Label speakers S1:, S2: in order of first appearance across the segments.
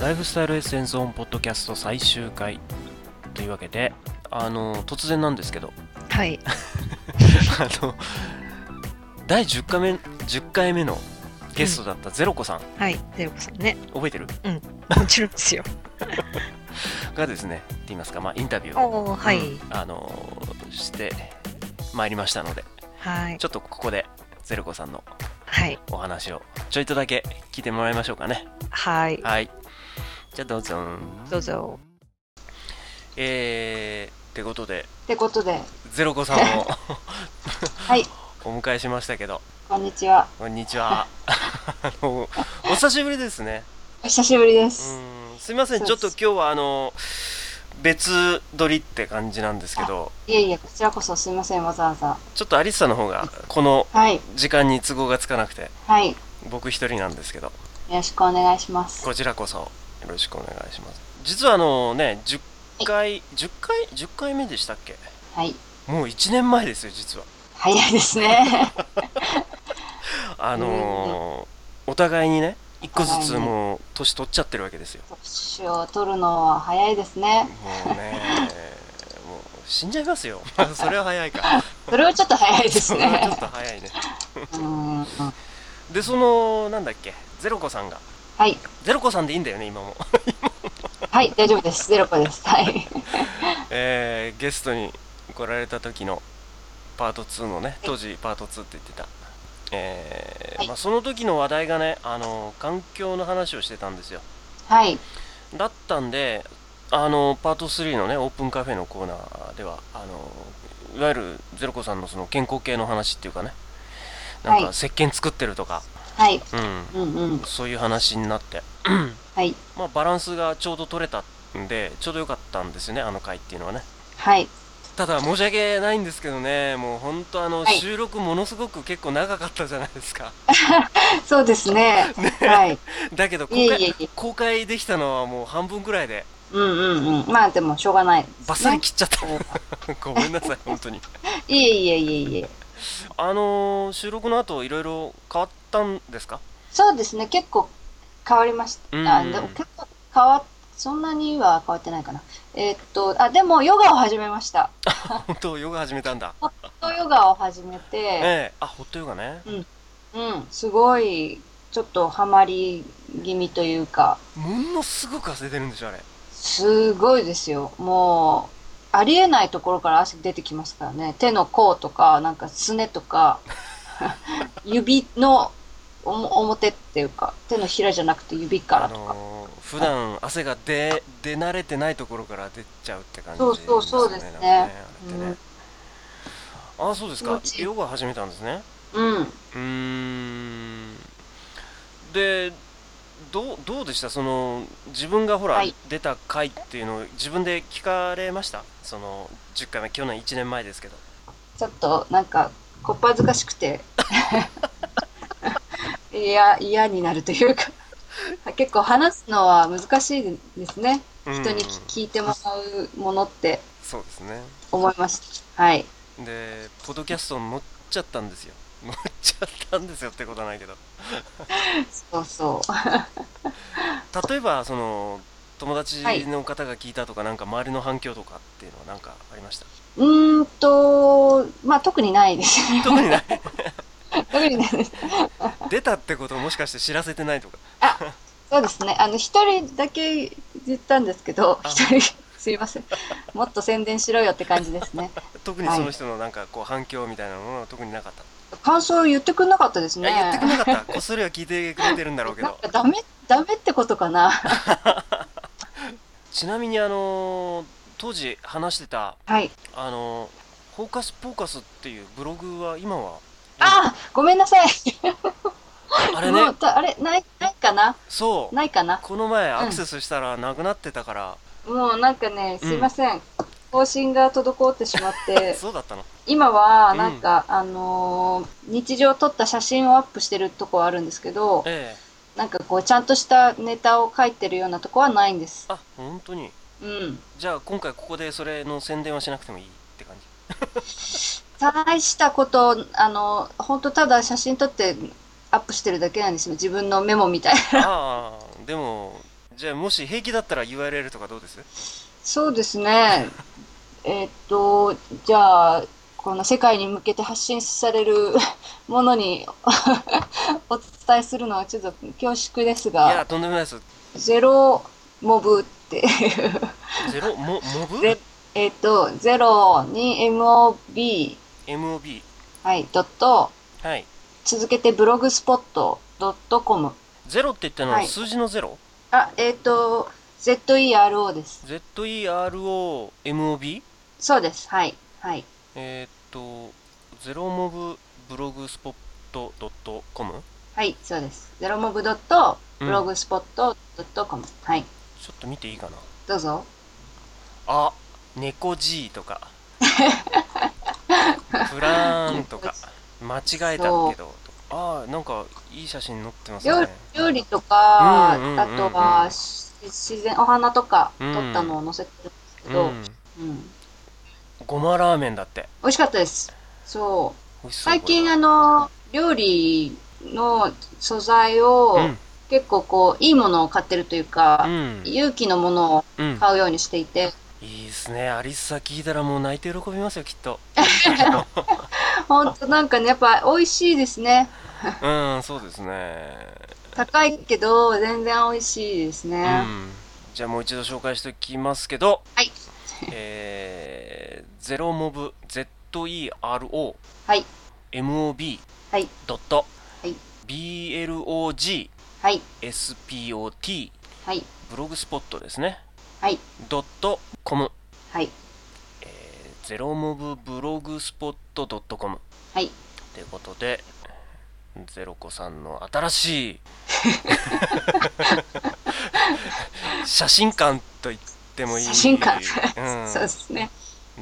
S1: ライフスタイルエッセンスオンポッドキャスト最終回というわけであの突然なんですけど
S2: はい。
S1: あの第10回目10回目のゲストだったゼロ子さん、
S2: はい。ゼロコさんね。
S1: 覚えてる
S2: もちろ んですよ。
S1: がですねって言いますか、まあ、インタビューを、
S2: おおはい、
S1: うんあのしてまいりましたので
S2: はい。
S1: ちょっとここでゼロ子さんの
S2: はい。
S1: お話をちょいとだけ聞いてもらいましょうかね
S2: はい。
S1: はいじゃあどうぞ
S2: どうぞ。
S1: えー、ってことで
S3: ってことで、
S1: ゼロ子さんを
S3: はい、
S1: お迎えしましたけど
S3: こんにちは。
S1: こんにちはあのお久しぶりですね
S3: お久しぶりです。
S1: うんすいませんち
S3: そ
S1: ょ
S3: う
S1: っ
S3: です
S1: と今日はあの別撮りって感じなんですけど
S3: いえいえ、こちらこそすいません、わざわざ。
S1: ちょっとアリスさんの方がこの
S3: はい、
S1: 時間に都合がつかなくて
S3: はい、よ
S1: 僕一人なんですけど
S3: ろしくお願いします。
S1: こちらこそよろしくお願いします実はあのね10回10回10回目でしたっけ
S3: はい、
S1: もう1年前ですよ実は
S3: 早いですね。
S1: あのーお互いにね一個ずつ
S3: お互いに
S1: もう年取っちゃってるわけです よ
S3: 年を取るのは早いですね。
S1: もうねもう死んじゃいますよ それは早いか
S3: それはちょっと早いで す
S1: それはちょ
S3: ね
S1: っ。と早いね
S3: うん、
S1: でそのなんだっけゼロ子さんが
S3: はい、
S1: ゼロ子さんでいいんだよね 今も、
S3: はい、大丈夫です。ゼロ個です。はい、
S1: えーゲストに来られた時のパート2のね当時パート2って言ってた、えー
S3: はい
S1: まあ、その時の話題がねあの環境の話をしてたんですよ
S3: はい、
S1: だったんであのパート3のねオープンカフェのコーナーではあのいわゆるゼロ子さんのその健康系の話っていうかねなんか
S3: はい
S1: 石鹸作ってるとか、
S3: はい、
S1: うん、
S3: うんうん、
S1: そういう話になって、
S3: はい、
S1: まあ、バランスがちょうど取れたんでちょうどよかったんですよねあの回っていうのはね
S3: はい、
S1: ただ申し訳ないんですけどねもう本当あの、
S3: はい
S1: 収録ものすごく結構長かったじゃないですか
S3: そうですね。はい、
S1: だけど公
S3: いえ
S1: 開
S3: いえいえ、
S1: 公開できたのはもう半分くらいで
S3: うんうんうん、まあでもしょうがないですね。
S1: バッサリ切っちゃった、 ごめんなさい本当に
S3: いえいえいえいえ。
S1: あのー収録の後いろいろ変わったんです か
S3: そうですね、結構変わりました。
S1: うん
S3: あでも結構変わそんなには変わってないかな。えーっと、あ、でもヨガを始めました。
S1: 本当ヨガ始めたんだ
S3: ホットヨガを始め
S1: え
S3: て、
S1: えあホットヨガね
S3: うん、すごい、ちょっとハマり気味というか、
S1: ものすごく汗出るんでしょあれ
S3: すごいですよ。もう、ありえないところから汗出てきますからね。手の甲とか、なんかすねとか、 指のおも表っていうか、手のひらじゃなくて指から
S1: あ
S3: とか。
S1: のー普段汗が出出慣れてないところから出ちゃうって感じ
S3: そうそうそうですね
S1: なんかあれって
S3: う
S1: ね
S3: ん
S1: あそうですか
S3: 気持ちいい
S1: ヨガ始めたんですね
S3: うん。
S1: うーんでどうどうでしたその自分がほら、
S3: はい
S1: 出た回っていうのを自分で聞かれましたその10回目去年1年前ですけど
S3: ちょっとなんかこっぱずかしくて いや嫌になるというか結構話すのは難しいですね
S1: 人
S3: 人に聞いてもらうものって
S1: そうですね
S3: 思いましたはい
S1: でポッドキャストに乗っちゃったんですよ 乗っちゃったんですよってことはないけど
S3: そうそう
S1: 例えばその友達の方が聞いたとか、なんか周りの反響とかっていうのはなんかありました
S3: うーんとまあ特にないです ね
S1: 特にない
S3: 特にないです
S1: 出たってことをもしかして知らせてないとか
S3: そうですねあの一人だけ言ったんですけど
S1: あ
S3: 一人すいませんもっと宣伝しろよって感じですね
S1: 特にその人のなんかこう反響みたいなものは特になかった、
S3: 感想言ってくれなかったです
S1: い
S3: ね
S1: や言ってくれなかったこっそりは聞いてくれてるんだろうけ
S3: なん
S1: ど
S3: かダメダメってことかな
S1: ちなみにあのー当時話してた
S3: はい
S1: あのーフォーカスポーカスっていうブログは今 は
S3: あごめんなさい。
S1: あれ
S3: も
S1: ね
S3: うたあれないないかな
S1: そう
S3: ないかな
S1: この前
S3: ん
S1: アクセスしたらなくなってたから、
S3: もうなんかね、すいません。更新が滞ってしまって、
S1: そうだったの
S3: 今はなんか、あのー日常撮った写真をアップしてるとこはあるんですけど、
S1: ええ
S3: なんかこう、ちゃんとしたネタを書いてるようなとこはないんです。
S1: あ本当に
S3: うん。
S1: じゃあ今回ここでそれの宣伝はしなくてもいいって感じ
S3: 大したこと、あの、本当ただ写真撮ってアップしてるだけなんですよ。自分のメモみたいな。
S1: ああでもじゃあもし平気だったら URL とかどうです
S3: そうですね。えーっと、じゃあ、この世界に向けて発信されるものに お伝えするのはちょっと恐縮です
S1: いや
S3: が、
S1: とんでもないです
S3: ゼロモブっていう
S1: ゼロモモ
S3: で
S1: ブ
S3: えーっと、ゼロに mob、
S1: MOB
S3: はい、ドット、
S1: はい
S3: 続けてブログスポットドットコム。
S1: ゼロって言ったの
S3: は
S1: はい数字のゼロ、
S3: あ、えーっと、zero です。
S1: ?ZEROMOB?
S3: そうです。はい。はい。
S1: えーっとゼロモブブログスポットドットコム
S3: はい、そうです。ゼロモブドットブログスポットドットコム。はい。
S1: ちょっと見ていいかな
S3: どうぞ。
S1: あ猫 G と かプラーンとか間違えたけ
S3: そ
S1: ど
S3: う
S1: とああなんかいい写真載ってます
S3: 料
S1: ね
S3: 料理とか、
S1: うんうんうんうん
S3: あとはし自然お花とか
S1: うん
S3: 撮ったのを載せてるんですけ
S1: う
S3: ど、
S1: ん
S3: うん
S1: ごまラーメンだって
S3: 美味しかったですそう
S1: 美味しそう
S3: 最近あ
S1: の
S3: の料理の素材を
S1: うん
S3: 結構こういいものを買ってるという
S1: う
S3: か、
S1: ん
S3: 勇気のものを
S1: うん
S3: 買うようにしていて、
S1: いいですねアリスさ聞いたらもう泣いて喜びますよきっと
S3: 本当なんかねやっぱ美味しいですね
S1: うんそうですね
S3: 高いけど全然美味しいです
S1: う
S3: ね、
S1: んじゃあもう一度紹介しておきますけど
S3: はい
S1: えー、ゼロモブ ZERO
S3: はい
S1: MOB
S3: はい
S1: ドット
S3: はい
S1: BLOG
S3: はい
S1: SPOT
S3: はい
S1: ブログスポットですね
S3: はい
S1: ドットコム
S3: はい
S1: えーゼロモブブログスポットドットコム
S3: はい
S1: ということでゼロ子さんの新し い写真館と言ってもいい
S3: 写真館
S1: うん
S3: そうですね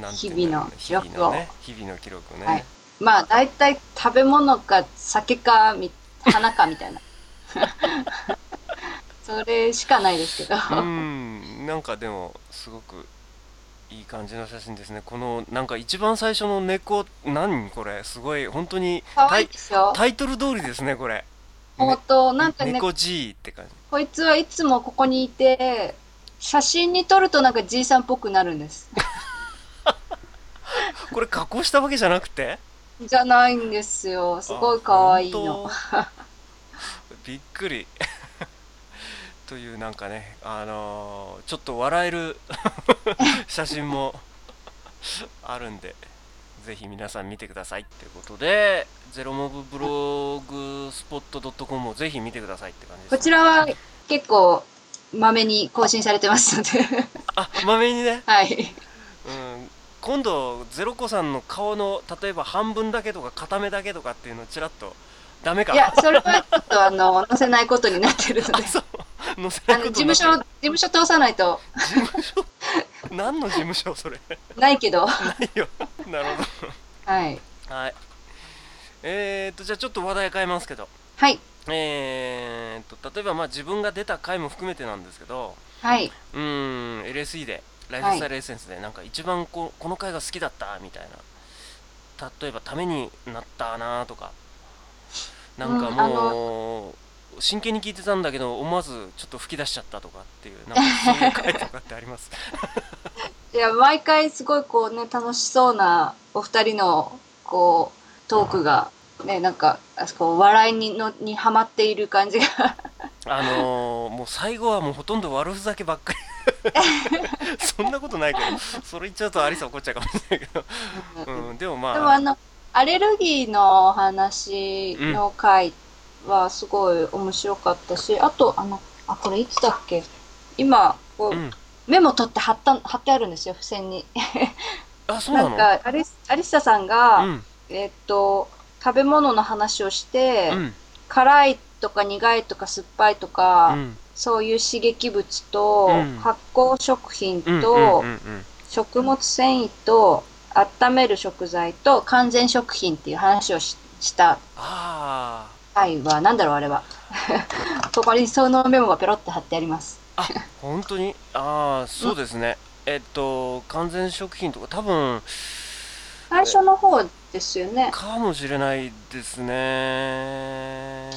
S1: なんていうんだろうね
S3: 日々の記録
S1: 日々の
S3: を
S1: ね日々の記録ね、
S3: はいまあ大体食べ物か酒かみ花かみた いなそれしかないですけど
S1: うーんなんかでもすごくいい感じの写真ですねこのなんか一番最初の猫何これすごい本当に
S3: 可
S1: タ
S3: 愛い
S1: イ
S3: でしょ
S1: タイトル通りですねこれ
S3: 本当なんかね
S1: 猫 G って感じ
S3: こいつはいつもここにいて写真に撮るとなんかじいさんっぽくなるんです
S1: これ加工したわけじゃなくて
S3: じゃないんですよすごい可愛い
S1: あ
S3: の
S1: 本当 びっくりというなんかねあのーちょっと笑える 写真も あるんでぜひ皆さん見てくださいってことでゼロモブブログスポットドットコムをぜひ見てくださいって感じです、
S3: こちらは結構まめに更新されてますの で
S1: あまめにね、
S3: はい
S1: うん、今度ゼロ子さんの顔の例えば半分だけとか片目だけとかっていうのちらっとダメか
S3: いやそれはちょっとあ の載せないことになってるので
S1: あ そう載せ
S3: あ
S1: ない
S3: の
S1: こ
S3: 事
S1: とにな
S3: 務
S1: って
S3: 所事務所通さないと
S1: 事務所 何の事務所それ
S3: ないけど
S1: ないよなるほ
S3: はい。
S1: どはいえー、っとじゃあちょっと話題変えますけど
S3: はい。
S1: えー、っと例えばまあ自分が出た回も含めてなんですけど
S3: はい。
S1: うーん LSE でライフスタイルエッセンスでなんか一番ここの回が好きだったみたいな例えばためになったなとかなんか
S3: うんあ
S1: もう、真剣に聞いてたんだけど思わずちょっと吹き出しちゃったとかっていうなんかそういう回とかってあります
S3: いや、毎回すごいこうね、楽しそうなお二人の、こう、トークが、ね、なんか、あそこ、笑いにの、にハマっている感じが。
S1: あのー、もう最後はもうほとんど悪ふざけばっか りそんなことないけどそれ言っちゃうとアリサ怒っちゃうかもしれないけ
S3: う
S1: ど、
S3: ん
S1: うん、でも
S3: で
S1: ま
S3: もあ
S1: あ
S3: の、アレルギーのお話の回はすごい面白かったし、あと、あの、あ、これいつだっけ今、こう、
S1: うん
S3: メモ取って貼った、貼ってあるんですよ、付箋に。
S1: あそうな
S3: な
S1: の
S3: んか、アリス、アリッサさんが、
S1: うん
S3: えっと、食べ物の話をして、
S1: うん
S3: 辛いとか苦いとか酸っぱいとか、
S1: うん
S3: そういう刺激物と、
S1: うん
S3: 発酵食品と、
S1: うんうんうんうん
S3: 食物繊維と温める食材と完全食品っていう話をしした
S1: あ
S3: 回は何だろうあれは ここにそのメモがペロって貼ってあります
S1: ーあ本当にああそうですね、えっと完全食品とか多分
S3: 最初の方ですよね
S1: かもしれないですね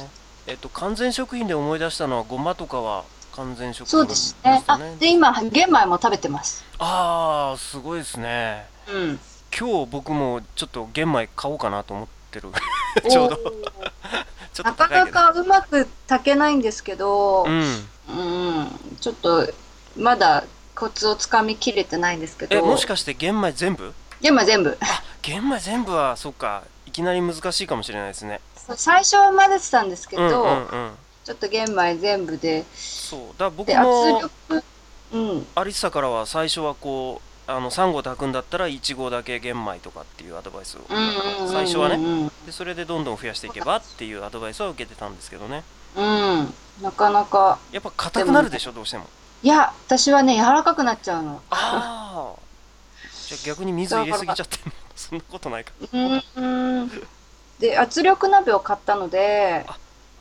S1: えっと完全食品で思い出したのはごまとかは完全食
S3: そうですね。
S1: た
S3: あ、で、今、玄米も食べてます。
S1: ああーすごいですね
S3: うん。
S1: 今日僕もちょっと玄米買おうかなと思って る ちょうど
S3: おー
S1: ちょっと
S3: なか
S1: 高い
S3: な
S1: けど
S3: かうまく炊けないんですけど、
S1: うん
S3: うん、ちょっと、まだコツをつかみきれてないんですけど、
S1: えもしかして玄米全部
S3: 玄米全部。
S1: 玄米全部はそっかいきなり難しいかもしれないですね
S3: そう最初は混ぜてたんですけ
S1: うんう
S3: ど、
S1: んうん
S3: ちょっと玄米全部で、
S1: そうだから僕
S3: で、圧
S1: も
S3: 力、うん、
S1: アリッサからは最初はこうあの3合炊くんだったら1合だけ玄米とかっていうアドバイスを
S3: うんうんうんうん、
S1: 最初はね
S3: ね。
S1: でそれでどんどん増やしていけばっていうアドバイスは受けてたんですけどね
S3: うん、なかなか。
S1: やっぱ硬くなるでしょどう しても
S3: いや、私はね、柔らかくなっちゃうの。
S1: ああじゃあ逆に水入れすぎちゃ ってもそんなことないか
S3: うん、うん。で、圧力鍋を買ったので、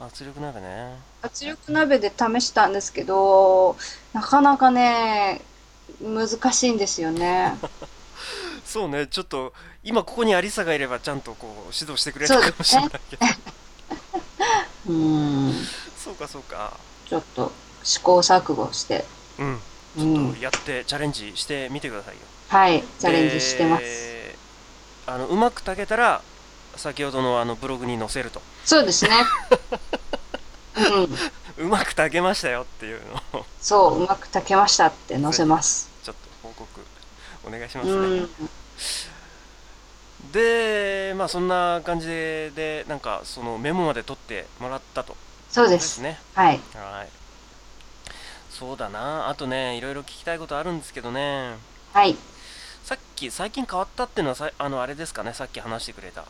S1: 圧力鍋ね
S3: 圧力鍋で試したんですけど、なかなかね、難しいんですよ ね。
S1: そうねちょっと今ここにアリサがいればちゃんとこう指導してくれるかもしれないけど
S3: うん、
S1: そうかそうか
S3: ちょっと試行錯誤して、
S1: うん
S3: う
S1: ちょっ
S3: ん
S1: と、やってチャレンジしてみてくださいよ
S3: はい、チャレンジしてます。
S1: であのうまく炊けたら先ほどのあのブログに載せると
S3: そうです ね。うん、
S1: うまく炊けましたよっていうのを
S3: そう、うまく炊けましたって載せます。
S1: ちょっと報告お願いしますね、
S3: うん、
S1: でまあそんな感じででなんかそのメモまで取ってもらったと
S3: そうで
S1: です
S3: す。
S1: ね
S3: はい。
S1: はいそうだなあとねいろいろ聞きたいことあるんですけどね
S3: はい。
S1: さっき最近変わったっていうのはさあのあれですかねさっき話してくれた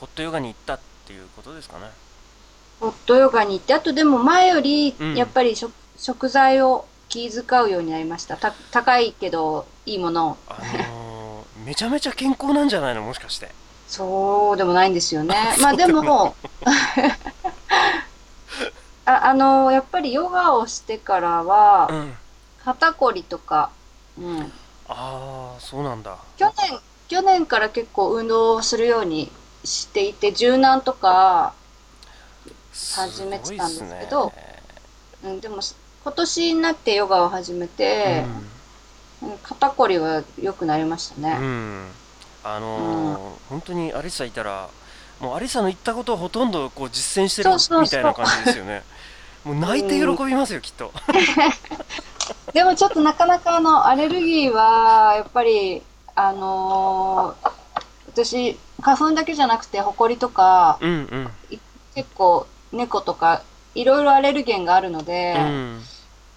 S1: ホットヨガに行ったっていうことですかね
S3: ホットヨガに行って、あとでも前より
S1: うん、
S3: やっぱり食、食材を気遣うようになりました。た高いけど、いいものを。
S1: あのーめちゃめちゃ健康なんじゃないのもしかして
S3: そうでもないんですよね。
S1: そ
S3: まあ
S1: うで
S3: で
S1: も
S3: も、 ああの、やっぱりヨガをしてからは
S1: う、ん
S3: 肩こりとか、うん、
S1: ああそうなんだ
S3: 去年、去年から結構運動をするようにしていて、柔軟とか、始めてたんですけど
S1: すごいっ
S3: うん、でも今年になってヨガを始め
S1: す
S3: て
S1: ね、
S3: うん肩こりは良くなりました
S1: うん、
S3: ね。
S1: うんあのー本当にアリサいたらもうアリサの言ったことをほとんどこう実践してる
S3: そうそうそう
S1: みたいな感じですよねもう泣いて喜びますよ、きっと
S3: でもちょっとなかなかあのアレルギーはやっぱりあのー私花粉だけじゃなくてホコリとか
S1: うんうん、
S3: 結構猫とかいろいろアレルゲンがあるので、
S1: うん、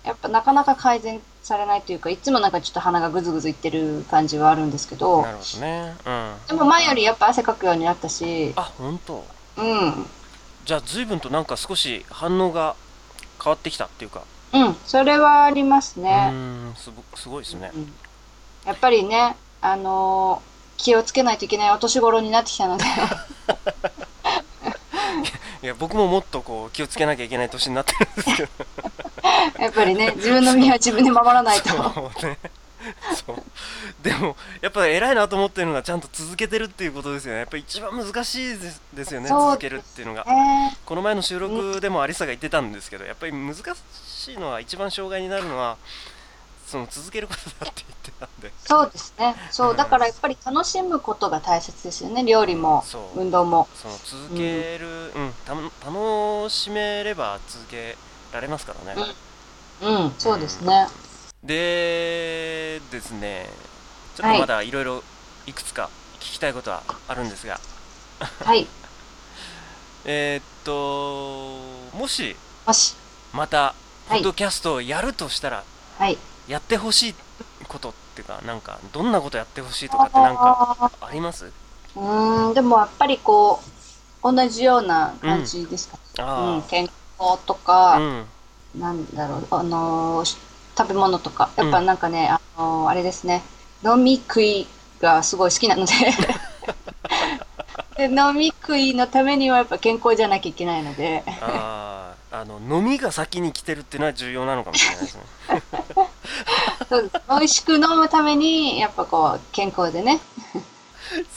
S3: やっぱなかなか改善されないというかいつもなんかちょっと鼻がぐずぐずいってる感じはあるんですけど
S1: なるほどねうんあ
S3: でも前よりやっぱ汗かくようになったし
S1: 本当
S3: うん
S1: じゃあ随分となんか少し反応が変わってきたっていうか、
S3: うんそれはあります
S1: う
S3: ね、
S1: ーんすごすごいですね
S3: うんやっぱりねあのー気をつけないといけないお年頃になってき たので
S1: いや僕ももっとこう気をつけなきゃいけない年になってるんですけど
S3: やっぱりね自分の身は自分で守らないと
S1: そうねそうでもやっぱ偉いなと思ってるのはちゃんと続けてるっていうことですよねやっぱ一番難しいですですよね
S3: そ
S1: 続
S3: うですね
S1: けるっていうのが
S3: ね
S1: この前の収録でもアリサが言ってたんですけどやっぱり難しいのは一番障害になるのはその続けることだって言ってたんで
S3: そうですねそううんだからやっぱり楽しむことが大切ですよね料理も
S1: そう
S3: 運動も
S1: その続ける、うんたの楽しめれば続けられますからね、
S3: うんそうですね
S1: でですねちょっとまだいろいろいくつか聞きたいことはあるんですが、
S3: はい
S1: えーっともし
S3: もし
S1: またポ
S3: はい
S1: ッドキャストをやるとしたら、
S3: はい
S1: やってほしいことっていうかなんかどんなことやってほしいとかってなんかあります
S3: うーんでもやっぱりこう同じような感じですか、うん
S1: あ
S3: 健康と
S1: あ、
S3: か
S1: う、ん、
S3: なんだろうあのーし食べ物とかやっぱなんかね、あのーあれですね飲み食いがすごい好きな のでで飲み食いのためにはやっぱ健康じゃなきゃいけないので
S1: あーあの飲みが先に来てるっていうのは重要なのかもしれない ですね
S3: そうです美味しく飲むためにやっぱこう健康でね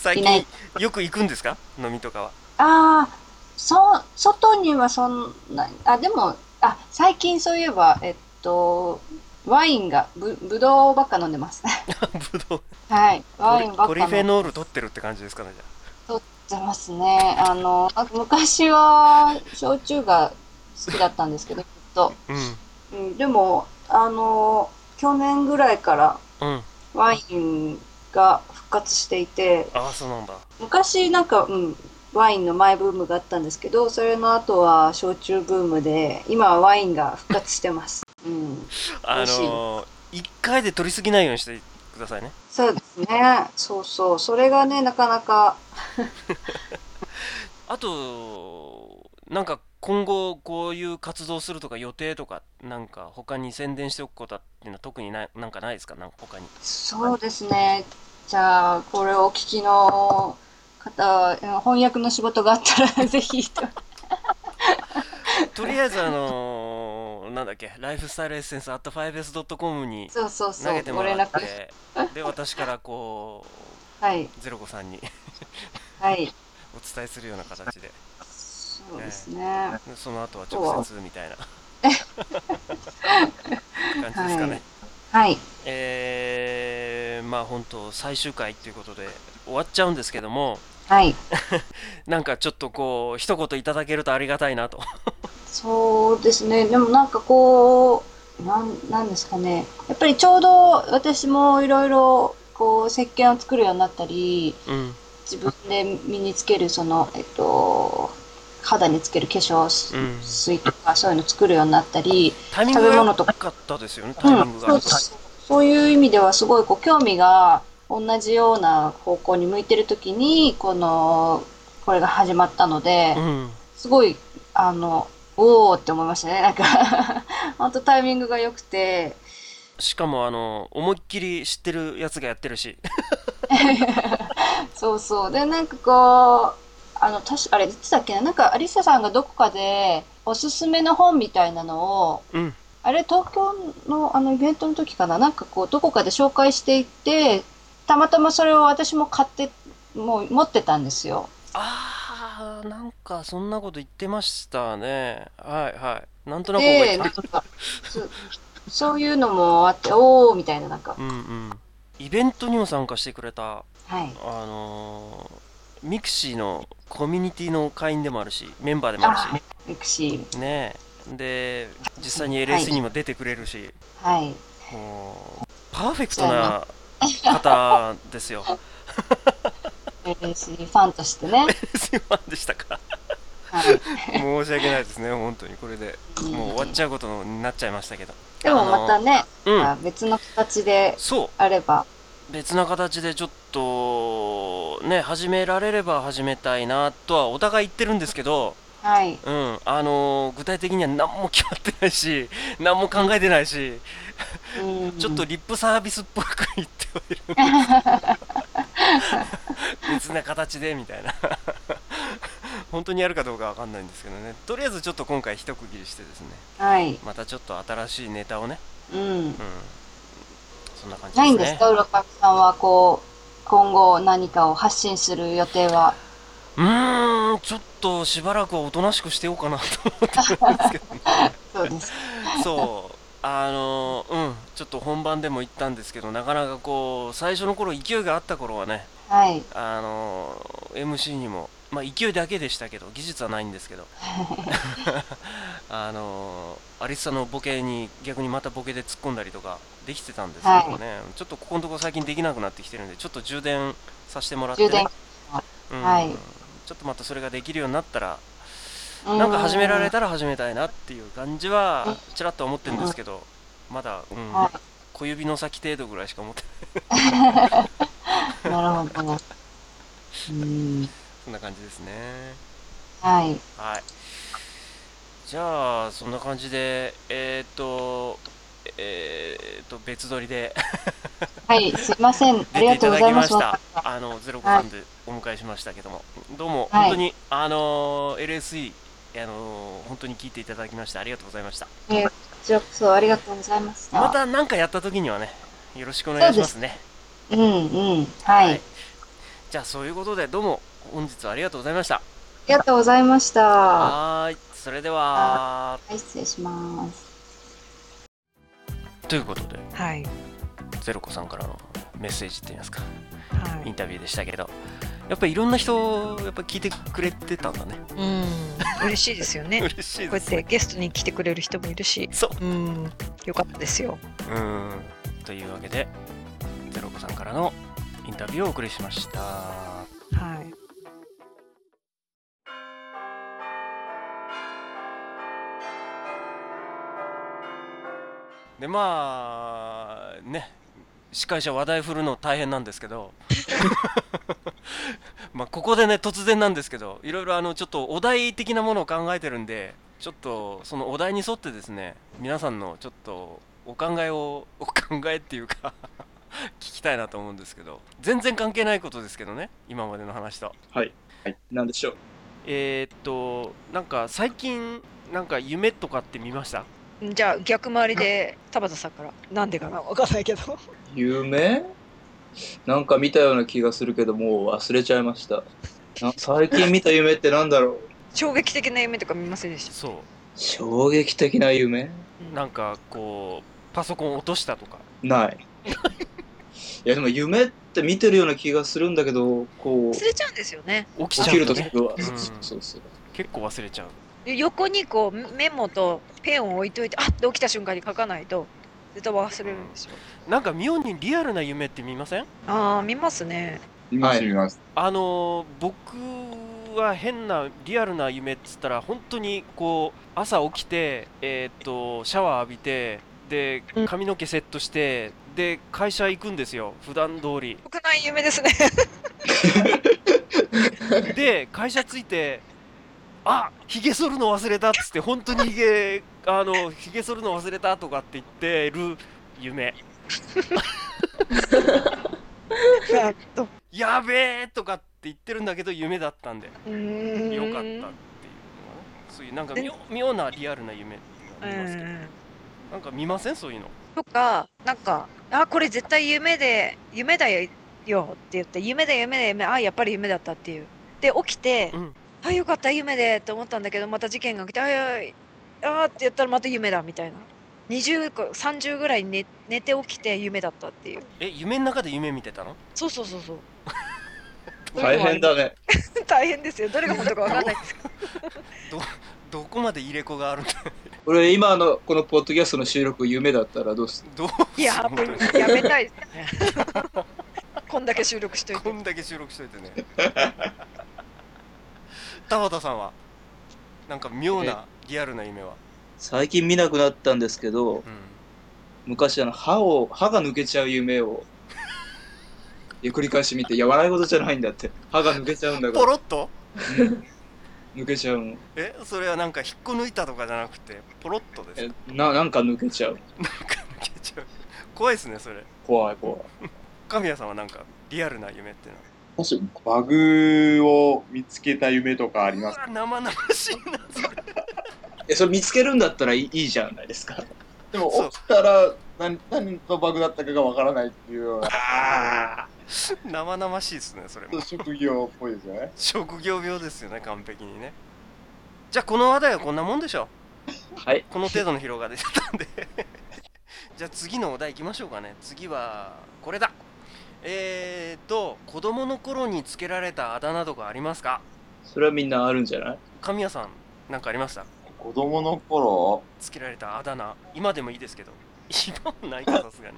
S1: 最
S3: いな
S1: 近
S3: い
S1: よく行くんですか飲みとかは
S3: ああそう外にはそんなあでもあ、最近そういえば、えっと、ワインが、ぶ、ぶどうばっか飲んでます。
S1: ブドウ
S3: はい。ワインばっ
S1: ポ
S3: か
S1: リポ
S3: 飲
S1: リフェ
S3: ん
S1: ノール取ってるって感じですかねじゃ
S3: でますね。あの、あ昔は、焼酎が好きだったんですけど、ずっと。
S1: あ
S3: うん、でも、あの、去年ぐらいから
S1: うんうん
S3: ワインが復活していて、
S1: ああそうなんだ
S3: 昔なんか、うん、ワインの前ブームがあったんですけど、それの後は焼酎ブームで、今はワインが復活してます。うん。
S1: あ
S3: 美味しい
S1: の一回で取りすぎないようにしてくださいね
S3: そうですね。そうそう。それがね、なかなか、
S1: あとなんか今後こういう活動するとか予定とかなんか他に宣伝しておくことっていうのは特にないなんかないですかなんか他に
S3: そうですね。じゃあ、これをお聞きの方、翻訳の仕事があった ら、ぜひと。
S1: とりあえずあのー なんだっけライフスタイルエッセンス at 5s.com に
S3: そうそう
S1: 投
S3: そ
S1: げ
S3: う。
S1: て
S3: ご
S1: もら
S3: 連
S1: っ
S3: 絡。
S1: てで私からこ
S3: はい。
S1: うゼロ子さんに
S3: はい。
S1: お伝えするような形 で
S3: そうですね。
S1: でその後は直接みたいな 感じですかね、
S3: はいはい。
S1: えー、まあ本当最終回ということで終わっちゃうんですけども
S3: はい。
S1: なんかちょっとこう一言いただけるとありがたいなと
S3: そうですね。でもなんかこう、なん、なんですかね。やっぱりちょうど私もいろいろ、こう、石鹸を作るようになったり、
S1: うん
S3: 自分で身につける、その、えっと、肌につける化粧
S1: うん
S3: 水とか、そういうの作るようになったり、
S1: タイミングが
S3: 食べ
S1: 良
S3: 物とか
S1: かったですよねタイミン
S3: うん、
S1: グ
S3: そ
S1: が、
S3: うそうそういう意味ではすごいこう興味が同じような方向に向いてる時にこのこれが始まったので
S1: うん
S3: すごいあのおおって思いましたねなんか 本当タイミングが良くて
S1: しかもあの思いっきり知ってるやつがやってるし
S3: そうそうでなんかこうあの確かあれいつだっけななんかアリサさんがどこかでおすすめの本みたいなのを
S1: うん
S3: あれ、東京のあのイベントの時かな、なんかこう、どこかで紹介していて、たまたまそれを私も買って、もう持ってたんですよ。
S1: あーなんかそんなこと言ってましたねはいはいなんとなく覚え
S3: で、
S1: て
S3: な
S1: た
S3: んか、そそう いうのもあって、おー、みたいな、なんか、
S1: うんうんイベントにも参加してくれた
S3: はい。
S1: あのーミクシーのコミュニティの会員でもあるしメンバーでもある
S3: ミクシ
S1: しねえで実際に
S3: はい
S1: LS にも出てくれるし、
S3: ー。はい。
S1: もうパーフェクトな方です よ
S3: LSD ファンとしてね。
S1: すいませんでしたか
S3: はい。
S1: 申し訳ないですね本当にこれで もう終わっちゃうことになっちゃいましたけど
S3: でもまたね、
S1: うん
S3: あ別の形で
S1: そう
S3: あれば、
S1: 別な形でちょっとね始められれば始めたいなとはお互い言ってるんですけど、
S3: はい。
S1: うん、あのー具体的には何も決まってないし 何も考えてないし
S3: うん
S1: ちょっと、リップサービスっぽく言ってはいる 別な形でみたいな 本当にやるかどうかわかんないんですけどねとりあえずちょっと今回一区切りしてですね
S3: はい。
S1: またちょっと新しいネタをね、
S3: うん
S1: うん、そんな感じですね
S3: ないんですか、浦上さんは、こう、今後何かを発信する予定は。
S1: うーん、ちょっとしばらくはおとなしくしてようかなと思ってるんですけどね、
S3: そうです。
S1: そう、あの、うん、ちょっと本番でも言ったんですけど、なかなかこう、最初の頃勢いがあった頃はね、
S3: はい。
S1: あの、MC にも、まあ、勢いだけでしたけど、技術はないんです けど、あの、アリスさんのボケに逆にまたボケで突っ込んだりとかできてたんですけどね、ちょっとここのところ最近できなくなってきてるんで、ちょっと充電させてもらって、ね、
S3: 充電。
S1: うん
S3: はい
S1: ちょっとまたそれができるようになったら、
S3: う
S1: なんか始められ。たら始めたいなっていう感じはちらっと思ってるんですけど、まだ、うん
S3: は
S1: 小指の先程度ぐらいしか思ってない
S3: い。なるほど。うん。
S1: そんな感じですね
S3: はい。
S1: はいじゃあそんな感じでえっ、とえっ、と別撮りで
S3: はい。すいま せん。あ
S1: 出
S3: り
S1: て
S3: が
S1: いただ
S3: とうござい
S1: き
S3: ま。
S1: ますしたあのゼロコさんでお迎えしましたけどもどうも
S3: はい
S1: 本当に、あの LSE あの本当に聞いていただきましてありがとうございました
S3: えーこちらこそありがとうございました。
S1: また何かやった時にはねよろしくお願いしますね
S3: うんうん。はい。
S1: は
S3: あ
S1: いじゃあそういうことでどうも本日はありがとうございました。
S3: りがとうございました。
S1: はーい。それでは
S3: はい、失礼します。
S1: ということで
S2: はい。
S1: ゼロ子さんからのメッセージって言いますか
S2: は
S1: イン
S2: い。
S1: タビューでしたけどやっぱりいろんな人やっぱ聞いてくれてたんだね
S2: うん。嬉しいですよね。こ
S1: 嬉しいう
S2: や
S1: で
S2: っ
S1: すね
S2: てゲストに来てくれる人もいるし。
S1: そう
S2: うん。よかったですよ。
S1: うんというわけでゼロ子さんからのインタビューをお送りしました
S2: はい。
S1: でまあね司会者話題振るの大変なんですけどまあここでね突然なんですけどいろいろあのちょっとお題的なものを考えてるんでちょっとそのお題に沿ってですね皆さんのちょっとお考えをお考えっていうか 聞きたいなと思うんですけど全然関係ないことですけどね今までの話と
S4: はい。はい。なんでしょう。
S1: えーっとなんか最近なんか夢とかって見ました
S2: じゃあ逆回りで田畑さんからなんでかなわかんないけど
S4: 夢なんか見たような気がするけど、もう忘れちゃいました。な最近見た夢ってなんだろう。
S2: 衝撃的な夢とか見ませんでし
S1: そう
S4: 衝撃的な夢
S2: た
S1: なんかこうパソコン落としたとか
S4: ない。いや、でも夢って見てるような気がするんだけど、こ
S2: 忘
S4: う、
S2: れちゃうんですよね
S1: 起き
S4: 起
S1: ちゃ
S4: き
S1: う
S4: る
S1: と
S4: と
S1: ね
S4: きは、
S1: うん
S4: そうそう。
S1: 結構忘れちゃう
S2: 横にこうメモとペンを置いといてあっって起きた瞬間に書かないと絶対忘れるんですよ
S1: なんか妙にリアルな夢って見ません
S2: ああ見ますね
S5: 見ま
S4: は
S5: す
S4: い
S5: 見ます。
S1: あのー僕は変なリアルな夢っつったら本当にこう朝起きてえーっとシャワー浴びてで
S2: うん
S1: 髪の毛セットしてで会社行くんですよ普段通り
S2: 良くない夢ですね
S1: で会社着いてあひげ剃るの忘れたっつって本当にひ げあのひげ剃るの忘れたとかって言ってる夢
S2: やっと
S1: やべえとかって言ってるんだけど夢だったんで
S2: うーん
S1: 良かったっていうのはねそういうなんか妙妙なリアルな夢っていうのは見ますけど
S2: うん
S1: なんか見ませんそういうの
S2: とかなんかあこれ絶対夢で夢だよって言って夢だ夢だ夢あやっぱり夢だったっていうで起きて、
S1: うん
S2: あよかった夢でと思ったんだけどまた事件が起きてあやあーってやったらまた夢だみたいな20か30ぐらい寝寝て起きて夢だったっていう
S1: え夢の中で夢見てたの
S2: そうそうそうそう
S4: 大変だね。
S2: 大変ですよどれが本当か分かんないですけど
S1: どこまで入れ子があるん だ
S4: 俺、今のこのポッドキャストの収録、夢だったらどうする
S1: どう
S2: いや
S1: 本当に
S2: やめたいですね こんだけ収録しとい
S1: こ
S2: て
S1: んだけ収録しといてね田畑さんはなんか妙なリアルな夢は、
S4: 最近見なくなったんですけ
S1: う
S4: ど、
S1: ん
S4: 昔あの歯を歯が抜けちゃう夢をいや繰り返し見ていや笑い事じゃないんだって歯が抜けちゃうんだか
S1: ポ
S4: ら
S1: ロッと
S4: 抜けちゃうの
S1: えそれはなんか引っこ抜いたとかじゃなくてポロッとです
S4: え
S1: か
S4: ななんか抜けちゃう
S1: なんか抜け ちゃう怖いですねそれ
S4: 怖い怖い
S1: 神谷さんはなんかリアルな夢っていうのは
S5: 確かにバグを見つけた夢とかあります。
S1: うわ生々しいなそれ
S4: えそれ見つけるんだったらいいいいじゃないですか
S5: でも
S1: そう
S5: 起きたら何何のバグだったかがわからないっていうような
S4: ああ
S1: 生々しいですねそれも
S5: 職業っぽいですよね。
S1: 職業病ですよね完璧にねじゃあこの話題はこんなもんでしょ
S4: はい
S1: この程度の広がりだったんで じゃあ次のお題いきましょうかね次はこれだえーと子供の頃につけられたあだ名とかありますか
S4: それはみんなあるんじゃない
S1: 神谷さんなんかありました
S5: 子供の頃、
S1: つけられたあだ名今でもいいですけど今もないかさすがに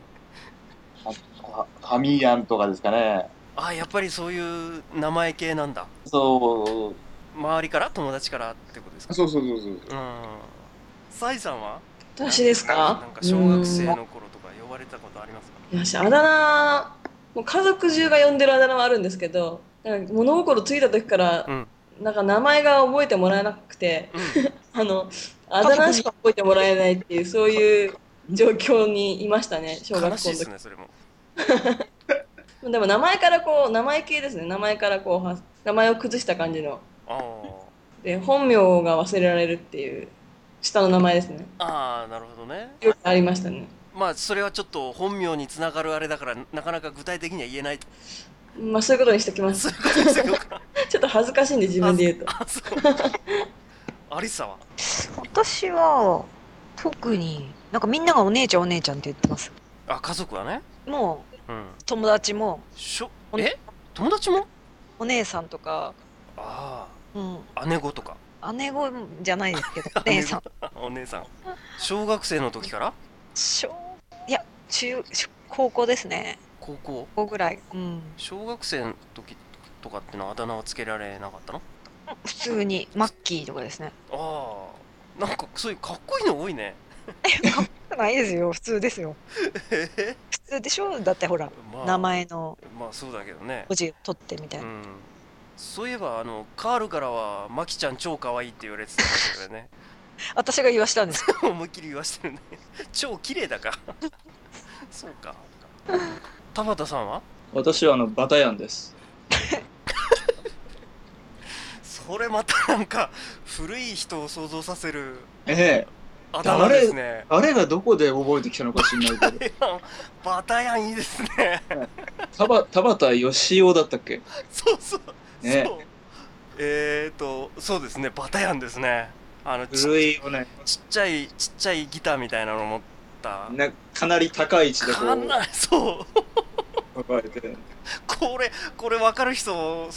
S5: か神やんとかですかね。
S1: ああやっぱりそういう名前系なんだ
S5: そ
S1: 周りから友達からってことですか
S5: う。そうそうそうそう。
S1: うんサイさんは
S6: 私ですか
S1: なんか小学生
S6: うーん
S1: の頃とか呼ばれたことありますか
S6: 私あだ名もう家族中が呼んでるあだ名はあるんですけどなんか物心ついた時から、
S1: うん
S6: なんか名前が覚えてもらえなくて
S1: うん
S6: あのあだ名しか覚えてもらえないっていうそういう状況にいましたね小学校の
S1: 悲しいで
S6: 時
S1: すねそれも
S6: でも名前からこう名前系ですね名前からこうは名前を崩した感じの
S1: あ
S6: で本名が忘れられるっていう下の名前ですね
S1: あああなるほどね
S6: よくありましたね
S1: まあそれはちょっと本名につながるあれだからなかなか具体的には言えないと
S6: まあそ ういうことにしときま
S1: そ
S6: す
S1: ういうことですよ
S6: ちょっと恥ずかしいんで自分で言うと
S1: あそうありさは
S2: 私は特になんかみんながお姉ちゃんお姉ちゃんって言ってます
S1: あ家族はね
S2: もう
S1: うん
S2: 友達も
S1: しょ
S2: お
S1: え友達も
S2: お姉さんとか、
S1: あ
S2: うん、
S1: あ姉子とか
S2: 姉子じゃないですけどお 姉さん
S1: お姉さん小学生の時から
S2: 小いや中小高校ですね
S1: 高校
S2: 高校ぐらい、うん、
S1: 小学生の時とかってのはあだ名はつけられなかったの
S2: 普通にマッキーとかですね
S1: ああなんかそういうかっこいいの多いね
S2: ないですよ普通ですよ
S1: へへ
S2: 普通でしょだってほら
S1: まあ
S2: 名前の
S1: まあそうだけどね
S2: 文字を取ってみたいうな、
S1: んそういえばあのカールからは「マキちゃん超可愛いって言われてたんだけどね
S2: 私が言わしたん ですけど
S1: 思いっきり言わしてるね 超綺麗だか そうか田畑さんは
S4: 私はあのバタヤンです
S1: それまたなんか古い人を想像させる
S4: ええ
S1: あだ名ですね
S4: あれがどこで覚えてきたのか知らないけど
S1: バタヤンいいですね
S4: 田ば田畑義雄だったっけ
S1: そうそう、
S4: ね
S1: そうえーとそうですねバタヤンですねあのち
S4: 古いよね
S1: ちっちゃいちっちゃいギターみたいなの持った
S4: なかなり高い位置でこ
S1: かなり そう
S4: う置かれて
S1: これこれ分かる人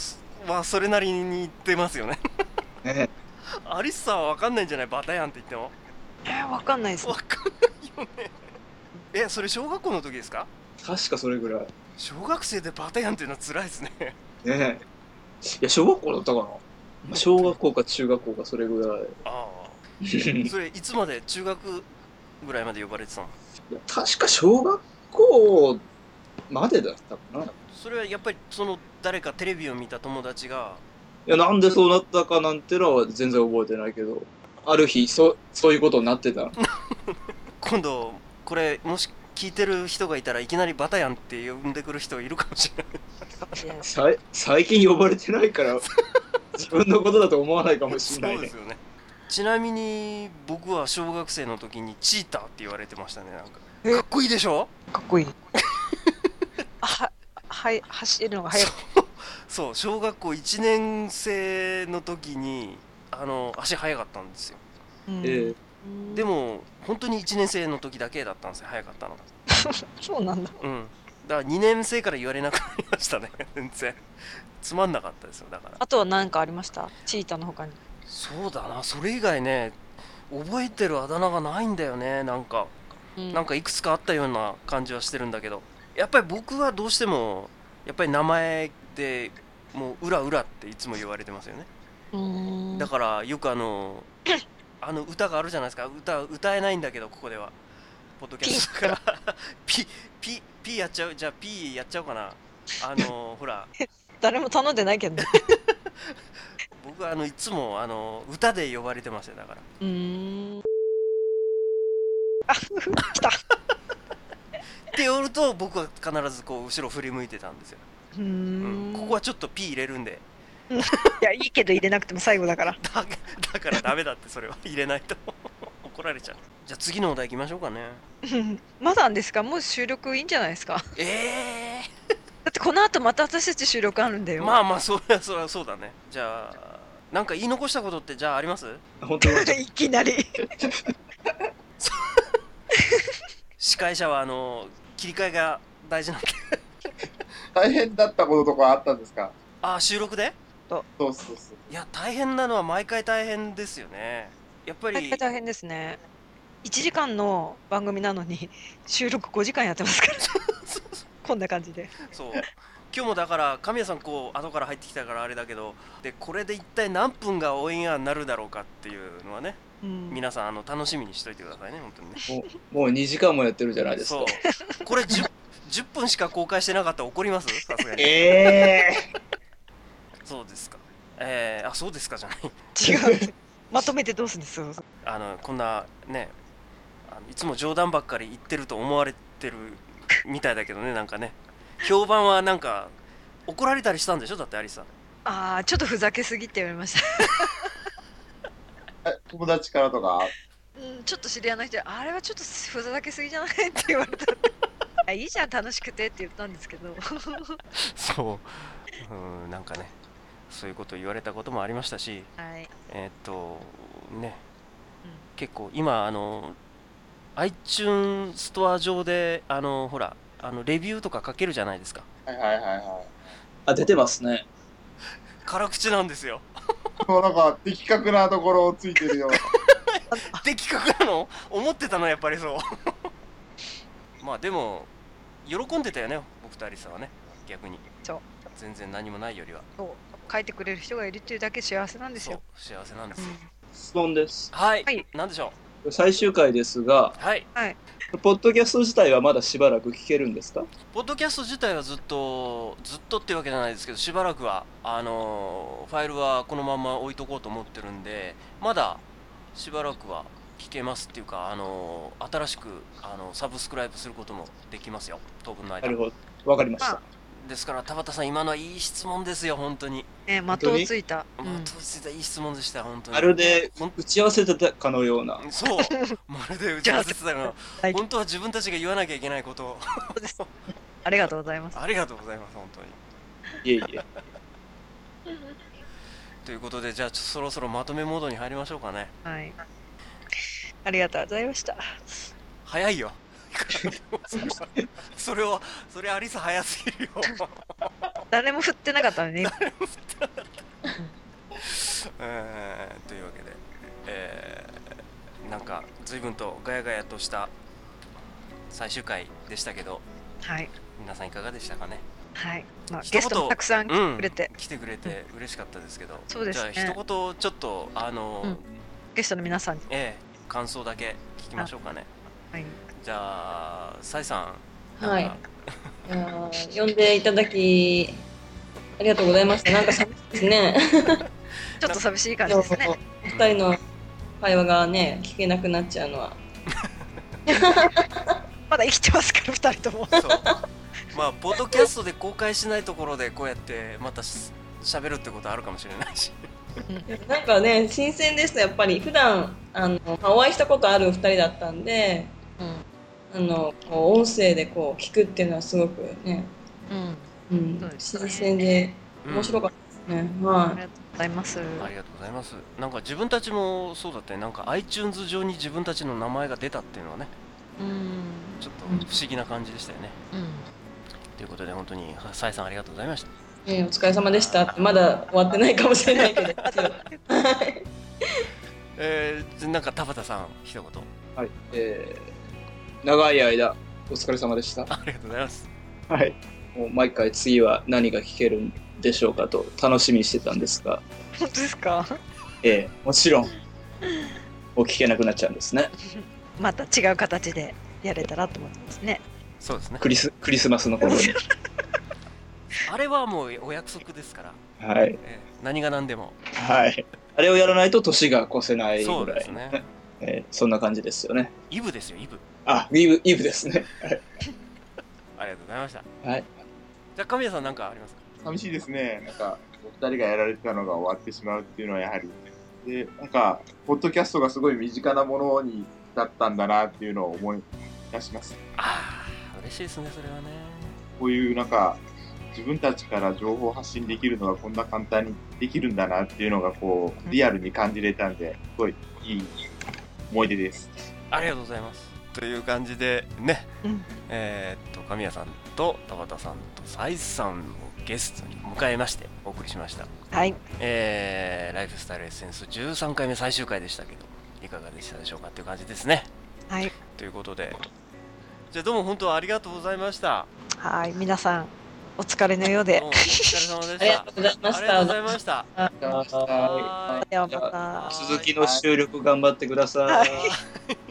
S1: はそれなりに言ってますよね
S4: ね
S1: アリスさんは分かんないんじゃないバタヤンって言っても
S2: えー、わかんないです
S1: 分かんないよねえそれ小学校の時ですか
S4: 確かそれぐらい
S1: 小学生でバタヤンっていうのは辛いです ね
S4: ねえいや小学校だったかなまあ小学校か中学校かそれぐらい
S1: あ あそれいつまで中学ぐらいまで呼ばれてたの
S4: いや確か小学校までだったかな。い
S1: それはやっぱりその誰かテレビを見た友達が
S4: や、なんでそうなったかなんてのは全然覚えてないけど、ある日、そそういうことになってた。
S1: 今度これもし聞いてる人がいたらいきなりバタヤンって呼んでくる人いるかもしれない
S2: かもしれないです
S4: さい最近呼ばれてないから、自分のことだと思わないかもしれない
S1: そうで
S4: ね
S1: す。よねちなみに僕は小学生の時にチーターって言われてましたねなんか
S2: え
S1: かっこいいでしょ
S2: かっこい いあははい走るのが速い
S1: そう小学校1年生の時にあの足速かったんですよ
S2: うん
S4: ええ
S2: うん
S1: でも本当に1年生の時だけだったんですよ速かったの
S2: そうなんだ
S1: うんだから2年生から言われなくなりましたね全然つまんなかったですよだから
S2: あとは何かありましたチーターの他に
S1: そうだなそれ以外ね覚えてるあだ名がないんだよねなんか
S2: うん
S1: なんかいくつかあったような感じはしてるんだけどやっぱり僕はどうしてもやっぱり名前でもう「うらうら」っていつも言われてますよね
S2: うん
S1: だからよくあの あの歌があるじゃないですか歌歌えないんだけどここではポッドキャストだからピピピやっちゃうじゃあピやっちゃおうかなあのほら
S2: 誰も頼んでないけどね
S1: 僕はあのいつもあの歌で呼ばれてましたよだから
S2: うーんあ来た
S1: って言ると僕は必ずこう後ろ振り向いてたんですよ、
S2: うー
S1: うん
S2: ん
S1: ここはちょっとピ入れるんで
S2: いやいいけど入れなくても最後だから
S1: だだからダメだってそれは 入れないと怒られちゃうじゃあ次のお題いきましょうかね
S2: うん まだなんですかもう収録いいんじゃないですか
S1: え
S2: だってこの後また私たち収録あるんだ
S1: え
S2: よ
S1: まあまあそりゃそりゃそうだねじゃあなんか言い残したことってじゃああります
S4: 本当は
S2: いきなり
S1: 司会者はあの切り替えが大事なんで
S5: 大変だったこととかあったんですか
S1: ああ収録で
S5: そうそうそう。
S1: いや大変なのは毎回大変ですよねやっぱり
S2: 大変ですね1時間の番組なのに収録5時間やって ますからこんな感じで
S1: そう今日もだから神谷さんこう後から入ってきたからあれだけどでこれで一体何分がオンエアになるだろうかっていうのはね
S2: うん
S1: 皆さんあの楽しみにしといてくださいね本当にね
S4: もう2時間もやってるじゃないです
S1: そ
S4: か
S1: う。これ 10, 10分しか公開してなかったら怒りますさすがに
S4: ええ
S1: そうですかえー、あそうですかじゃない
S2: 違うんですまとめてどうするんですよ
S1: あのこんなねあのいつも冗談ばっかり言ってると思われてるみたいだけどねなんかね評判はなんか怒られたりしたんでしょだってアリさん
S2: ああちょっとふざけすぎって言われました
S5: え友達からとか、
S2: うんちょっと知り合いの人にあれはちょっとふざけすぎじゃないって言われた あいい じゃん楽しくてって言ったんですけど
S1: そううんなんかねそういうことを言われたこともありましたし
S2: はい。
S1: えーっとね結構今あの iTunes ストア上であのほらあのレビューとか書けるじゃないですか
S5: はいはいはい は
S4: あ、出てますね。
S1: 辛口なんですよ
S5: い。もうなんか、的確なところをついてるよ。
S1: で企画なの思ってたのやっぱりそう まあでも喜んでたよね僕とアリサはね逆に
S2: そう
S1: 全然何もないよりは
S2: そう書いてくれる人がいるっていうだけ幸せなんです
S1: そう
S2: よ。
S1: 幸せなんですよ
S4: 質問です。
S1: はい、
S2: はい
S1: なんでしょ
S4: 最終回ですが、
S1: うはい
S4: ポッドキャスト自体はまだしばらく聞けるんですか
S1: ポッドキャスト自体はずっとずっとっていうわけじゃないですけどしばらくはあのーファイルはこのまま置いとこうと思ってるんでまだしばらくは聞けますっていうか、あのー新しく、あのーサブスクライブすることもできますよ当分の間
S4: なるほど。わかりまし
S2: ま
S4: た
S2: あ。、
S1: ですから田畑さん今のはいい質問ですよ本当に
S2: ね、
S4: 本
S2: 的
S4: 当
S2: を
S4: に
S2: ついた。う
S1: ま
S2: ん
S1: あ、当日だいい質問でした本当に
S4: まるで打ち合わせてたかのような。
S1: そう まるで打ち合わせてたの
S2: はい
S1: 本当は自分たちが言わなきゃいけないことを
S2: ありがとうございます。
S1: ありがとうございます本当に
S4: いえいえ。
S1: ということでじゃあちょそろそろまとめモードに入りましょうかね
S2: はい。ありがとうございました。
S1: 早いよ それはそれアリス早すぎるよ
S2: 誰も振ってなかったのね。
S1: えーというわけでえーなんか随分とガヤガヤとした最終回でしたけど
S2: はい。
S1: 皆さんいかがでしたかね
S2: はい。まあ、
S1: 一言
S2: ゲストもたくさん来てくれて、
S1: うん、来てくれて嬉しかったですけど
S2: そうですね
S1: じゃあ一言ちょっとあの、
S2: うんゲストの皆さんに。
S1: ええ感想だけ聞きましょうかね
S2: はい。
S1: じゃあサイさん
S6: はい
S1: なんか
S6: いやー呼んでいただきありがとうございました。なんか寂しいですね。
S2: ちょっと寂しい感じですね。
S6: お二人の会話がね聞けなくなっちゃうのは。
S2: まだ生きてますから、二人とも。
S1: そう まあポッドキャストで公開しないところでこうやってまたしゃべるってことあるかもしれないし
S6: なんかね新鮮でしたやっぱり普段あのまあお会いしたことある二人だったんで、あのこう音声でこう聞くっていうのはすごくね、
S2: うん。
S6: うん
S2: そうですね
S6: 新鮮で
S1: うん
S6: 面白かったですね。
S2: あ
S6: は
S2: りがとうございます。
S1: ありがとうございますなんか自分たちもそうだったねなんか iTunes 上に自分たちの名前が出たっていうのはね
S2: うん。
S1: ちょっと不思議な感じでしたよね、ということで本当にサイさんありがとうございました
S6: い、ねお疲れ様でしたってまだ終わってないかもしれないけど。
S1: えーじゃあなんか田畑さん一言
S4: はい。え
S5: 長い間、お疲れ様でした。
S1: ありがとうございます
S4: ーはい。もう毎回次は何が聞けるんでしょうかと楽しみにしてたんですが、
S2: 本当ですか。
S4: ええもちろん、もう聞けなくなっちゃうんですね。
S2: また違う形でやれたらと思ってますね。
S1: そうですね
S4: クリス、クリスマスの頃に。
S1: あれはもうお約束ですから、
S4: はい。
S1: えー何が何でも
S4: はい。あれをやらないと年が越せない
S1: そう
S4: ぐら
S1: で
S4: い。
S1: すね
S4: えーそんな感じですよね。
S1: イブですよイブ
S4: あ、イブ、イブですね。
S1: ありがとうございました
S4: はい。
S1: じゃあ神谷さん何かありますか
S5: 寂しいですね。なんか、お二人がやられてたのが終わってしまうっていうのはやはり。で、なんか、ポッドキャストがすごい身近なものにだったんだなっていうのを思い出します。
S1: ああ嬉しいですねそれはね
S5: こういうなんか、自分たちから情報発信できるのがこんな簡単にできるんだなっていうのがこう、リアルに感じれたんで、すごいいい思い出です。
S1: ありがとうございますという感じでね、
S2: うん
S1: えーっと神谷さんと田畑さんとサイさんをゲストに迎えましてお送りしました
S2: はい。
S1: えーライフスタイルエッセンス13回目最終回でしたけどいかがでしたでしょうかっていう感じですね
S2: はい。
S1: ということでじゃあどうも本当ありがとうございました
S2: はい。皆さん、お疲れのよう
S1: どう
S2: で
S1: もお。疲れ様で
S6: あ
S1: した
S6: りがと
S1: ありがとう
S6: うございました
S1: ご。ざいました
S4: は
S1: は
S2: ではま
S4: い続きの収録頑張ってください。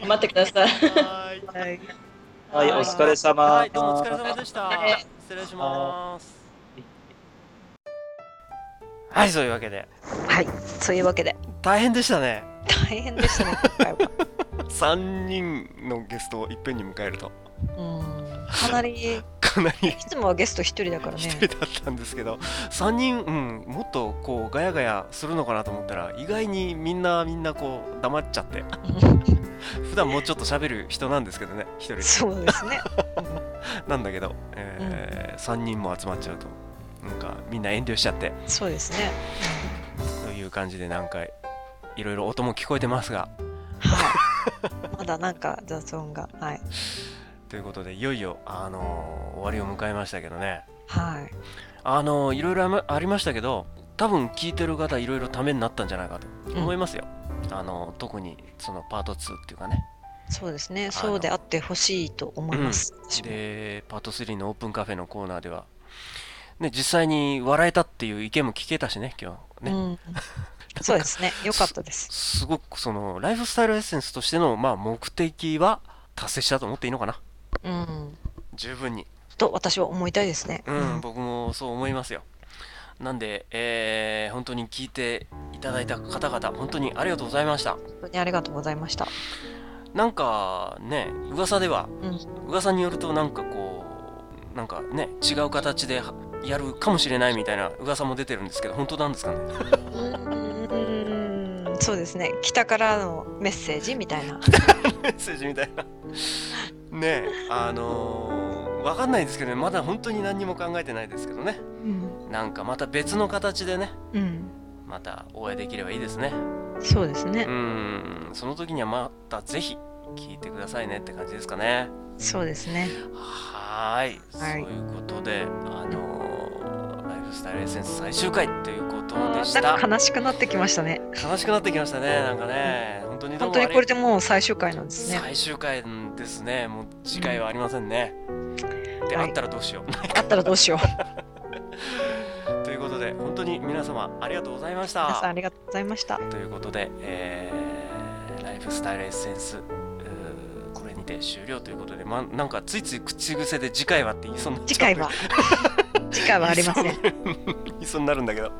S6: 頑張ってください。
S1: ーい はい
S2: た。はい。
S4: はい、お疲れ様。
S1: はい、どうもお疲れ様でした
S6: はい。
S1: 失礼します。はい、そういうわけで、
S2: はい。そういうわけで、
S1: 大変でしたね。
S2: 大変でしたね、今回は。
S1: 三人のゲストをいっぺんに迎えると、
S2: うんかなりい
S1: かなり
S2: つもはゲスト一人だから
S1: 一
S2: ね
S1: 人だったんですけど、三人、うん、もっとこうガヤガヤするのかなと思ったら、意外にみんなみんなこう黙っちゃ って、普段もうちょっと喋る人なんですけどね、一人で。
S2: そうですね
S1: なんだけど、えー3人も集まっちゃうとなんかみんな遠慮しちゃって
S2: そうですね。
S1: という感じで何回いろいろ音も聞こえてますが
S2: はい。まだなんか雑音が。はい。
S1: ということでいよいよ、あのー終わりを迎えましたけどね
S2: はい。
S1: あのーいろいろあまありましたけど多分聞いてる方いろいろためになったんじゃないかと思いますよ、あのー特にそのパート2っていうかね
S2: そうですね。そうであってほしいと思います。私も
S1: でパート3のオープンカフェのコーナーでは、ね、実際に笑えたっていう意見も聞けたしね今日ね、
S2: うん、そうですね。よかったです。
S1: すごくそのライフスタイルエッセンスとしての、まあ、目的は達成したと思っていいのかな
S2: うん。
S1: 十分に
S2: と私は思いたいですね。
S1: うん、僕もそう思いますよなんで、えー本当に聞いていただいた方々本当にありがとうございました
S2: 本当にありがとうございました。
S1: なんかね噂では、
S2: う
S1: 噂によるとなんかこうなんかね違う形ではやるかもしれないみたいな噂も出てるんですけど本当なんですかね
S2: うん、そうですね。北からのメッセージみたいな。
S1: メッセージみたいなねえあのー、わかんないですけどねまだ本当に何にも考えてないですけどね
S2: うん、
S1: なんかまた別の形でね
S2: うん、
S1: またお会いできればいいですね
S2: そうですね
S1: う。んその時にはまたぜひ聞いてくださいねって感じですかね
S2: そうですね。
S1: はーい
S2: はい
S1: そういうことであのーライフスタイルエッセンス最終回ということでし
S2: な
S1: た
S2: んか悲しくなってきましたね。
S1: 悲しくなってきましたねなんかね本当にどう
S2: 本
S1: も
S2: 当にこれ
S1: で
S2: でもう最終回なんですね。
S1: 最終回ですねもう次回はありませんね、で
S2: は
S1: あ
S2: い
S1: ったらどうしよう
S2: あったらどうしよう。
S1: という ことで本当に皆様ありがとうございまし
S2: 皆さんあ
S1: た
S2: りがとうございました。
S1: ということで、えーライフスタイルエッセンスうーこれにて終了ということで、ま、なんかついつい口癖で次回はって言いそうになっ
S2: 次
S1: ちゃう
S2: 回は次回はありません。
S1: 言いそうになるんだけど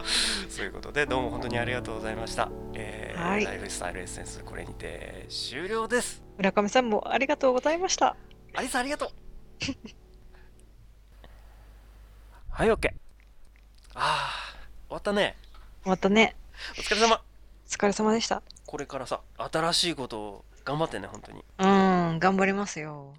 S1: そういうことでどうも本当にありがとうございました、えー
S2: はい
S1: ライフスタイルエッセンスこれにて終了です
S2: 村上さんもありがとうございました。
S1: アリさんありが とうはい OK あー終わったね
S2: またね、
S1: お疲れ様
S2: お疲れ様でした。
S1: これからさ新しいことを頑張ってね本当に
S2: うん、頑張りますよ。